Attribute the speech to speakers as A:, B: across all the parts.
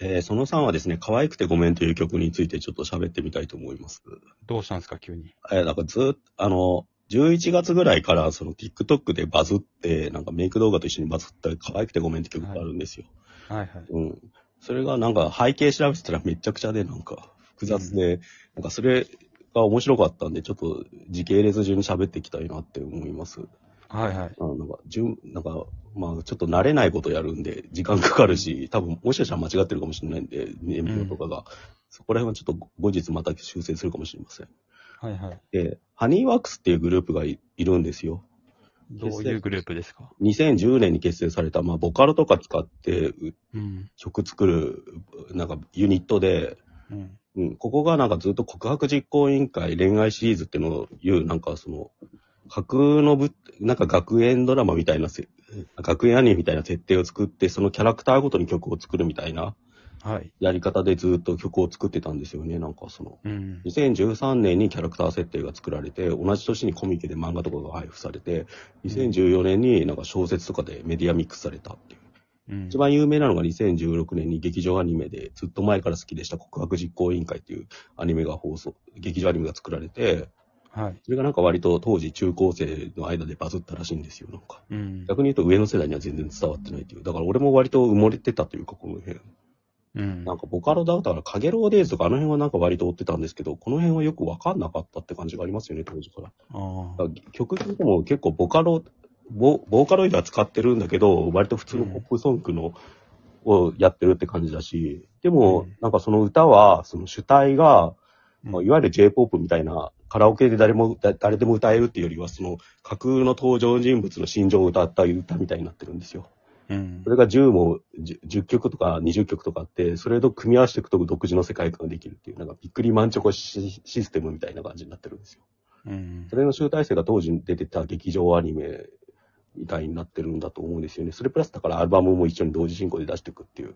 A: えーその3はですね、可愛くてごめんという曲についてちょっと喋ってみたいと思います。
B: どうしたんですか、急に。
A: えーなんかずーっと、あの、11月ぐらいからその TikTok でバズって、なんかメイク動画と一緒にバズった可愛くてごめんって曲があるんですよ。
B: はいはい。
A: うん。それがなんか背景調べてたらめちゃくちゃでなんか複雑で、なんかそれが面白かったんで、ちょっと時系列順に喋っていきたいなって思います。
B: はいはい。
A: あのなんか、順、なんか、まあ、ちょっと慣れないことやるんで、時間かかるし、多分、もしかしたら間違ってるかもしれないんで、年表とかが。そこら辺はちょっと後日また修正するかもしれません。
B: はいはい。
A: で、ハニーワークスっていうグループがいいるんですよ。
B: どういうグループですか
A: 2010年に結成された、まあ、ボカロとか使ってう
B: うん。
A: 曲作る、なんか、ユニットで、
B: うん。
A: うん、ここがなんかずっと告白実行委員会恋愛シリーズっていうのをいう、なんかその、架空のぶ、なんか学園ドラマみたいなせ、学園アニメみたいな設定を作って、そのキャラクターごとに曲を作るみたいな
B: はい。
A: やり方でずっと曲を作ってたんですよね、なんかその。
B: うん。
A: 2013年にキャラクター設定が作られて、同じ年にコミケで漫画とかが配布されて、2014年になんか小説とかでメディアミックスされたっていう。
B: うん
A: 一番有名なのが2016年に劇場アニメでずっと前から好きでした告白実行委員会というアニメが放送、劇場アニメが作られて、
B: はい。
A: それがなんか割と当時中高生の間でバズったらしいんですよ、なんか。
B: うん。
A: 逆に言うと上の世代には全然伝わってないという。だから俺も割と埋もれてたというか、この辺。
B: うん。
A: なんかボカロだから、カゲロウデイズとかあの辺はなんか割と追ってたんですけど、この辺はよくわかんなかったって感じがありますよね、当時から。
B: ああ。
A: だから曲聴いても結構ボカロ、ボボーカロイドは使ってるんだけど、割と普通のポップソングの、をやってるって感じだし、でも、
B: うん
A: なんかその歌は、その主体が、
B: うん
A: まあ、いわゆる J-POP みたいな、カラオケで誰も、だ誰でも歌えるっていうよりは、その架空の登場人物の心情を歌った歌みたいになってるんですよ。
B: うん
A: そ。れが10も、10, 10曲とか20曲とかあって、それと組み合わせていくと独自の世界観ができるっていう、なんかびっくりマンチョコシシステムみたいな感じになってるんですよ。
B: うん
A: そ。れの集大成が当時出てた劇場アニメみたいになってるんだと思うんですよね。それプラスだからアルバムも一緒に同時進行で出していくっていう。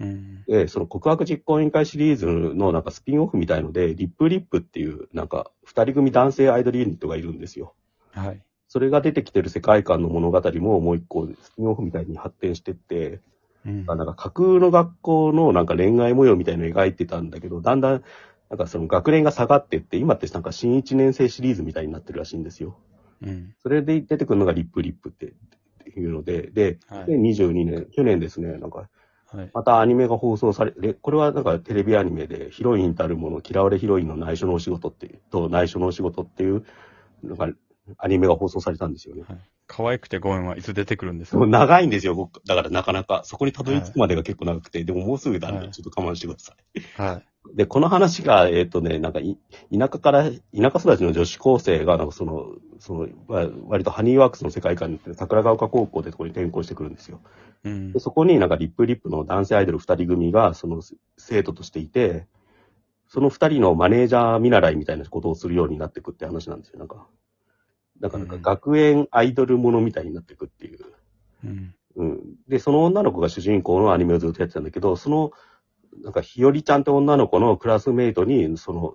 B: うん。
A: で、その告白実行委員会シリーズのなんかスピンオフみたいので、リップリップっていうなんか二人組男性アイドルユニットがいるんですよ。
B: はい。
A: それが出てきてる世界観の物語ももう一個スピンオフみたいに発展してって、
B: うん。
A: なんか架空の学校のなんか恋愛模様みたいの描いてたんだけど、だんだんなんかその学年が下がってって、今ってなんか新1年生シリーズみたいになってるらしいんですよ。
B: うん。
A: それで出てくるのがリップリップっていうので、で、
B: はい。
A: 2022年、去年ですね、なんか、
B: はい。
A: またアニメが放送され、れこれはなんかテレビアニメで、ヒロインたるもの、嫌われヒロインの内緒のお仕事っていう、と内緒のお仕事っていう、なんか、アニメが放送されたんですよね。
B: 可愛くてごめんはいつ出てくるんです
A: で
B: か
A: も長いんですよ、僕。だからなかなか、そこにたどり着くまでが結構長くて、でももうすぐなん
B: は
A: で、
B: い
A: ちょっと我慢してください。
B: は
A: で、この話が、えっ、とね、なんかい、田舎から、田舎育ちの女子高生が、なんかその、その、わ割とハニーワークスの世界観に行って、桜ヶ丘高校でとこに転校してくるんですよ。
B: い。うん
A: で、。そこになんかリップリップの男性アイドル二人組が、その生徒としていて、その二人のマネージャー見習いみたいなことをするようになってくって話なんですよ、なんか。なんか、なんか
B: うん
A: 学園アイドルものみたいになってくっていう。
B: うん。
A: うん。で、その女の子が主人公のアニメをずっとやってたんだけど、その、なんか、ひよりちゃんって女の子のクラスメイトに、その、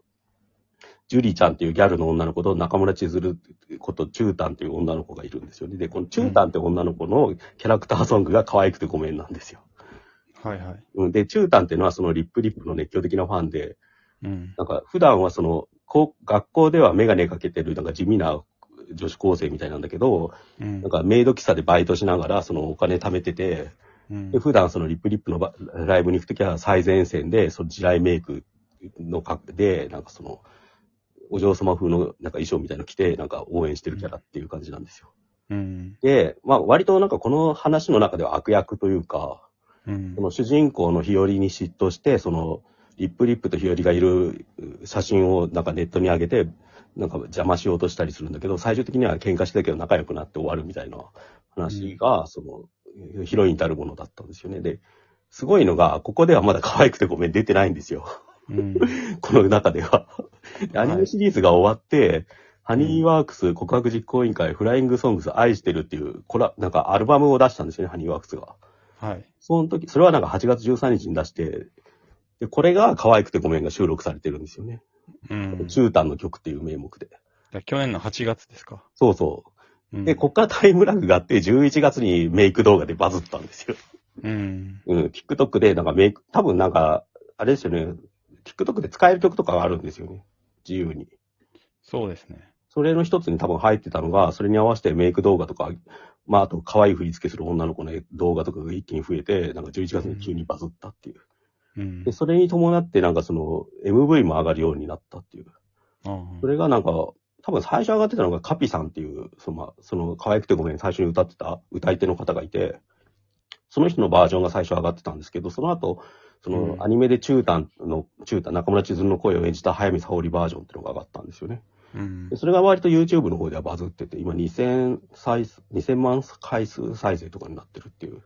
A: ジュリちゃんっていうギャルの女の子と中村千鶴ことチュータンっていう女の子がいるんですよね。で、このチュータンって女の子のキャラクターソングが可愛くてごめんなんですよ。
B: はいはい。
A: うん。で、チュータンっていうのはそのリップリップの熱狂的なファンで、
B: うん。
A: なんか普段はその、こう学校ではメガネかけてる、なんか地味な女子高生みたいなんだけど、
B: うん
A: なん。かメイド喫茶でバイトしながら、そのお金貯めてて、
B: うん
A: で普段そのリップリップのばライブに行くときは最前線で、その地雷メイクの格で、なんかその、お嬢様風のなんか衣装みたいなの着て、なんか応援してるキャラっていう感じなんですよ。
B: うん。
A: で、まあ割となんかこの話の中では悪役というか、
B: うん
A: そ。の主人公の日和に嫉妬して、その、リップリップと日和がいるう写真をなんかネットに上げて、なんか邪魔しようとしたりするんだけど、最終的には喧嘩してたけど仲良くなって終わるみたいな話が、その、ヒロインたるものだったんですよね。で、すごいのが、ここではまだ可愛くてごめん出てないんですよ。
B: うん。
A: この中では。
B: は
A: ア
B: い
A: ニメシリーズが終わって、ハニーワークス告白実行委員会、フライングソングス愛してるっていう、これなんかアルバムを出したんですよね、ハニーワークスが。
B: はい。
A: その時、それはなんか8月13日に出して、で、これが可愛くてごめんが収録されてるんですよね。
B: うん。
A: 中端の曲っていう名目で。
B: だ去年の8月ですか。
A: そうそうう。
B: ん
A: で、こっからタイムラグがあって、11月にメイク動画でバズったんですよ。
B: うん。
A: うん、TikTok でなんかメイク、多分なんか、あれですよね、TikTok で使える曲とかがあるんですよね。自由に。
B: そうですね。
A: それの一つに多分入ってたのが、それに合わせてメイク動画とか、まあ、あと可愛い振り付けする女の子の動画とかが一気に増えて、なんか11月に急にバズったっていう。
B: うん
A: で、。それに伴ってなんかその MV も上がるようになったっていう。
B: ああ
A: それがなんか、多分最初上がってたのがカピさんっていう、その、まあその可愛くてごめん最初に歌ってた歌い手の方がいて、その人のバージョンが最初上がってたんですけど、その後、その
B: うん
A: アニメで中丹の、中丹、中村千鶴の声を演じた早見沙織バージョンっていうのが上がったんですよね。
B: うん
A: で。それが割と YouTube の方ではバズってて、今2000再生、2000万回数再生とかになってるっていう。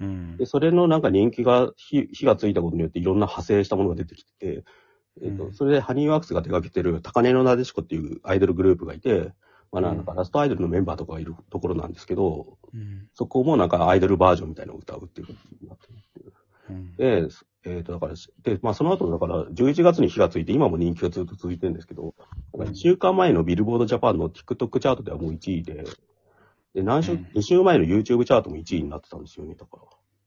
B: うん
A: で、。それのなんか人気が火、火がついたことによっていろんな派生したものが出てきて、えっ、
B: う
A: と、
B: ん
A: それでハニーワークスが手掛けてる高根のなでしこっていうアイドルグループがいて、まあなんか
B: うん
A: ラストアイドルのメンバーとかがいるところなんですけど、
B: うん
A: そこもなんかアイドルバージョンみたいなのを歌うっていうことになって
B: うん
A: で、えっ、と、だから、で、まあ、その後、だから、11月に火がついて、今も人気がずっと続いてるんですけど、なんか1週間前のビルボードジャパンの TikTok チャートではもう1位で、で、何週、
B: うん
A: 2週前の YouTube チャートも1位になってたんですよね、だか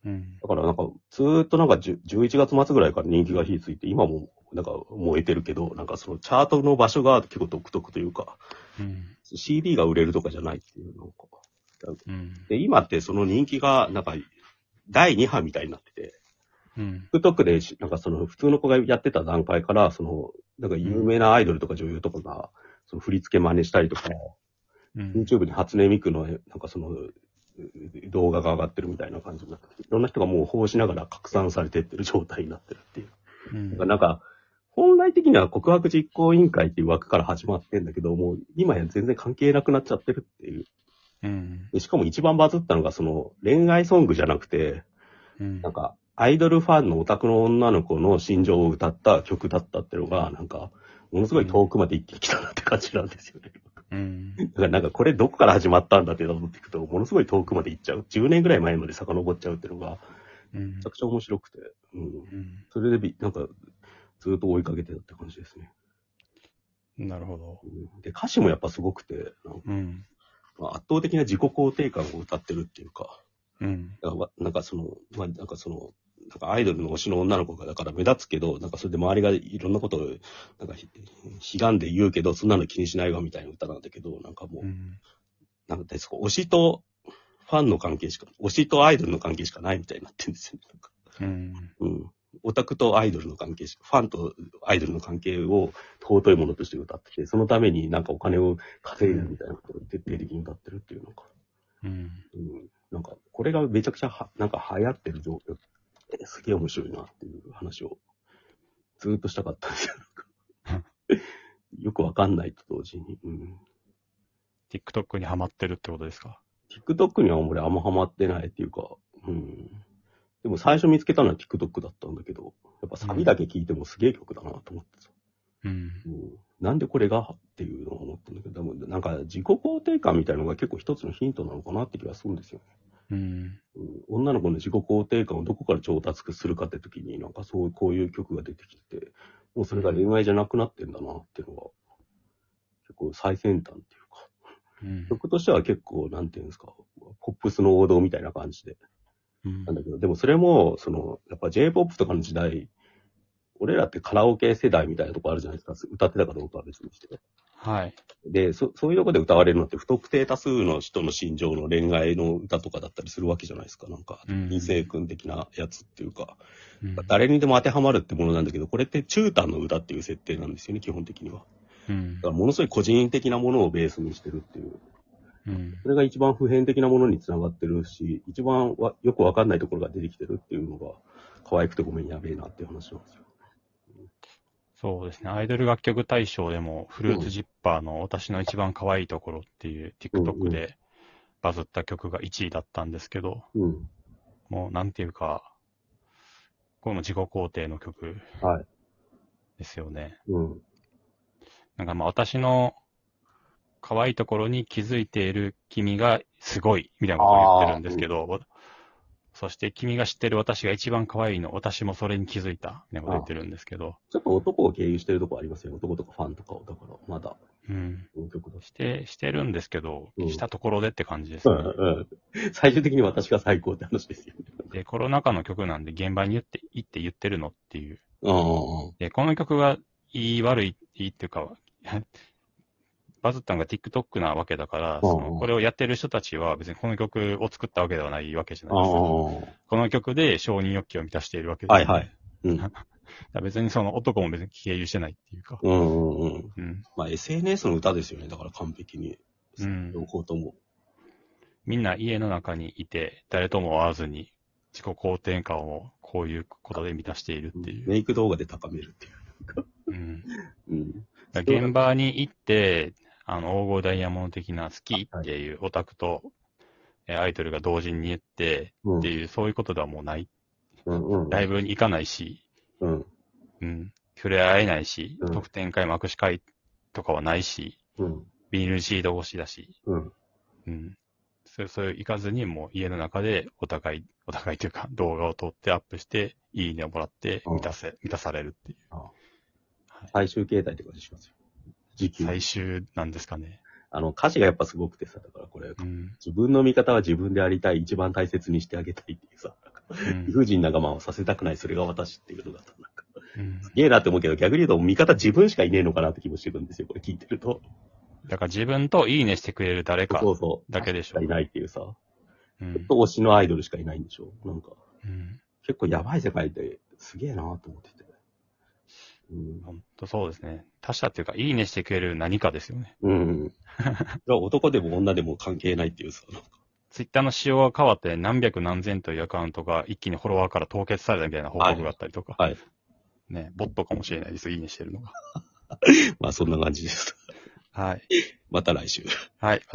A: ら。
B: うん。
A: だから、なんか、ずーっとなんか、じゅ11月末ぐらいから人気が火ついて、今も、なんか、燃えてるけど、なんかそのチャートの場所が結構独特というか、
B: うん。
A: CD が売れるとかじゃないっていうのか。
B: うん。
A: で、今ってその人気が、なんか、第2波みたいになってて、
B: うん。
A: TikTok でし、なんかその普通の子がやってた段階から、その、なんか有名なアイドルとか女優とかが、その振り付け真似したりとか、
B: うん。
A: YouTube に初音ミクの、なんかその、う動画が上がってるみたいな感じになってていろんな人がもう報しながら拡散されてってる状態になってるっていう。
B: うん
A: だからなんか、本来的には告白実行委員会っていう枠から始まってんだけど、もう今や全然関係なくなっちゃってるっていう。
B: うん。
A: でしかも一番バズったのがその恋愛ソングじゃなくて、
B: うん
A: なんか、アイドルファンのオタクの女の子の心情を歌った曲だったっていうのが、なんか、ものすごい遠くまで一気に来たなって感じなんですよね。
B: うん。
A: だから なんかこれどこから始まったんだって思っていくと、ものすごい遠くまで行っちゃう。10年ぐらい前まで遡っちゃうっていうのが、め
B: うん
A: ちゃくちゃ面白くて、うん。
B: うん
A: それでび、なんか、ずっと追いかけてたって感じですね。
B: なるほど。
A: うんで、歌詞もやっぱすごくて、なんか
B: うん。
A: まあ圧倒的な自己肯定感を歌ってるっていうか、
B: うん。
A: だからわなんかその、まあ、なんかその、なんかアイドルの推しの女の子がだから目立つけど、なんかそれで周りがいろんなことを、なんかひ、ひ悲んで言うけど、そんなの気にしないわみたいな歌なんだけど、なんかもう、
B: うん。
A: なんかそこ推しとファンの関係しか、推しとアイドルの関係しかないみたいになってるんですよね。なんか
B: うん。
A: うん。オタクとアイドルの関係しか、ファンとアイドルの関係を尊いものとして歌ってて、そのためになんかお金を稼いだみたいなことを徹底的に歌ってるっていうのか。
B: うん。
A: うんなんか、これがめちゃくちゃは、なんか流行ってる状況って、すげえ面白いなっていう話を、ずーっとしたかったんですよ。なんかよくわかんないと同時に。うん。
B: TikTok にハマってるってことですか
A: TikTok には俺あんまハマってないっていうか、うん。でも最初見つけたのは TikTok だったんだけど、やっぱサビだけ聞いてもすげえ曲だなと思ってさ。
B: うん。
A: うん。なんでこれがっていうのを思ったんだけど、でもなんか自己肯定感みたいなのが結構一つのヒントなのかなって気がするんですよね。
B: うん。
A: うん女の子の自己肯定感をどこから調達するかって時に、なんかそう、こういう曲が出てきて、もうそれが恋愛じゃなくなってんだなっていうのが、結構最先端っていうか、
B: うん。
A: 曲としては結構、なんていうんですか、ポップスの王道みたいな感じで。
B: うん
A: なんだけど、でもそれも、その、やっぱ J-POP とかの時代、俺らってカラオケ世代みたいなとこあるじゃないですか、歌ってたかどうかは別にして。
B: はい。
A: で、そそういうとこで歌われるのって、不特定多数の人の心情の恋愛の歌とかだったりするわけじゃないですか。なんか、
B: うん
A: 人生君的なやつっていうか、
B: うん
A: 誰にでも当てはまるってものなんだけど、これって中短の歌っていう設定なんですよね、基本的には。
B: うん
A: だから、ものすごい個人的なものをベースにしてるっていう。
B: うん
A: それが一番普遍的なものにつながってるし、一番わよくわかんないところが出てきてるっていうのが、可愛くてごめんやべえなっていう話なんですよ。
B: そうですね。アイドル楽曲大賞でも、フルーツジッパーの私の一番可愛いところっていう
A: うんう
B: TikTok
A: ん
B: でバズった曲が1位だったんですけど、
A: うん。
B: もうなんていうか、この自己肯定の曲
A: はい。
B: ですよね。
A: うん。
B: なんかまあ私の可愛いところに気づいている君がすごいみたいなことを言ってるんですけど、そして君が知ってる私が一番可愛いの、私もそれに気づいたみたいなことを言ってるんですけど、
A: ちょっと男を経由してるとこありますよね。男とかファンとかを。だから、まだ、
B: うん。
A: この曲だし。
B: して、してるんですけど
A: う、ん
B: したところでって感じです
A: う
B: ね。
A: んうん最終的に私が最高って話ですよね。
B: で、コロナ禍の曲なんで現場に言って、行って言ってるのっていう。
A: うん。
B: で、この曲がいい悪い、いいっていうか、 バズったのが TikTok なわけだから、
A: うんうん
B: そのこれをやってる人たちは別にこの曲を作ったわけではないわけじゃ
A: あ
B: ないですか。
A: あ。
B: この曲で承認欲求を満たしているわけで。
A: はいはい。 うん。
B: 別にその男も別に経由してないっていうか。
A: うんうんうん。
B: うん。
A: まあ SNS の歌ですよね。だから完璧に。
B: うん
A: 両方とも。
B: みんな家の中にいて、誰とも会わずに、自己肯定感をこういうことで満たしているっていう。
A: メイク動画で高めるっていう。
B: うん。
A: うん。
B: だから現場に行って、あの、黄金ダイヤモンド的な好きっていうオタクと、えアイドルが同時に言って
A: うん
B: っていう、そういうことではもうない。
A: うんうん。
B: ライブに行かないし、
A: うん。
B: うん。触れ合えないし
A: う、ん
B: 特典会も握手会とかはないし、
A: うん。
B: ビニールシート越しだし、
A: うん。
B: うん。そう、そう行かずに、もう家の中でお互い、お互いというか、動画を撮ってアップして、いいねをもらって、
A: うん
B: 満たせ、満たされるっていう。
A: 最終形態って感じしますよ。時期。
B: 最終なんですかね。
A: あの、歌詞がやっぱすごくてさ、だからこれ、
B: うん。
A: 自分の味方は自分でありたい、一番大切にしてあげたいっていうさ、
B: う
A: 理
B: ん
A: 不尽な我慢をさせたくない、それが私っていうのがさ、なんか、
B: うん
A: すげえなって思うけど、逆に言うと味方自分しかいねえのかなって気もしてくるんですよ、これ聞いてると。
B: だから自分といいねしてくれる誰か
A: そうそう。
B: だけでし
A: し
B: ょ
A: か。いないっていうさ、
B: うん。
A: 推しのアイドルしかいないんでしょ。なんか、
B: うん。
A: 結構やばい世界ですげえなと思ってて。うん。
B: 本当そうですね。他者っていうか、いいねしてくれる何かですよね。
A: うん。男でも女でも関係ないっていうさ、なんか。
B: ツイッターの仕様が変わって何百何千というアカウントが一気にフォロワーから凍結されたみたいな報告があったりとか、
A: はい。
B: ね、ボットかもしれないですよ、いいねしてるのが。
A: まあそんな感じです。
B: はい。
A: また来週。
B: はい。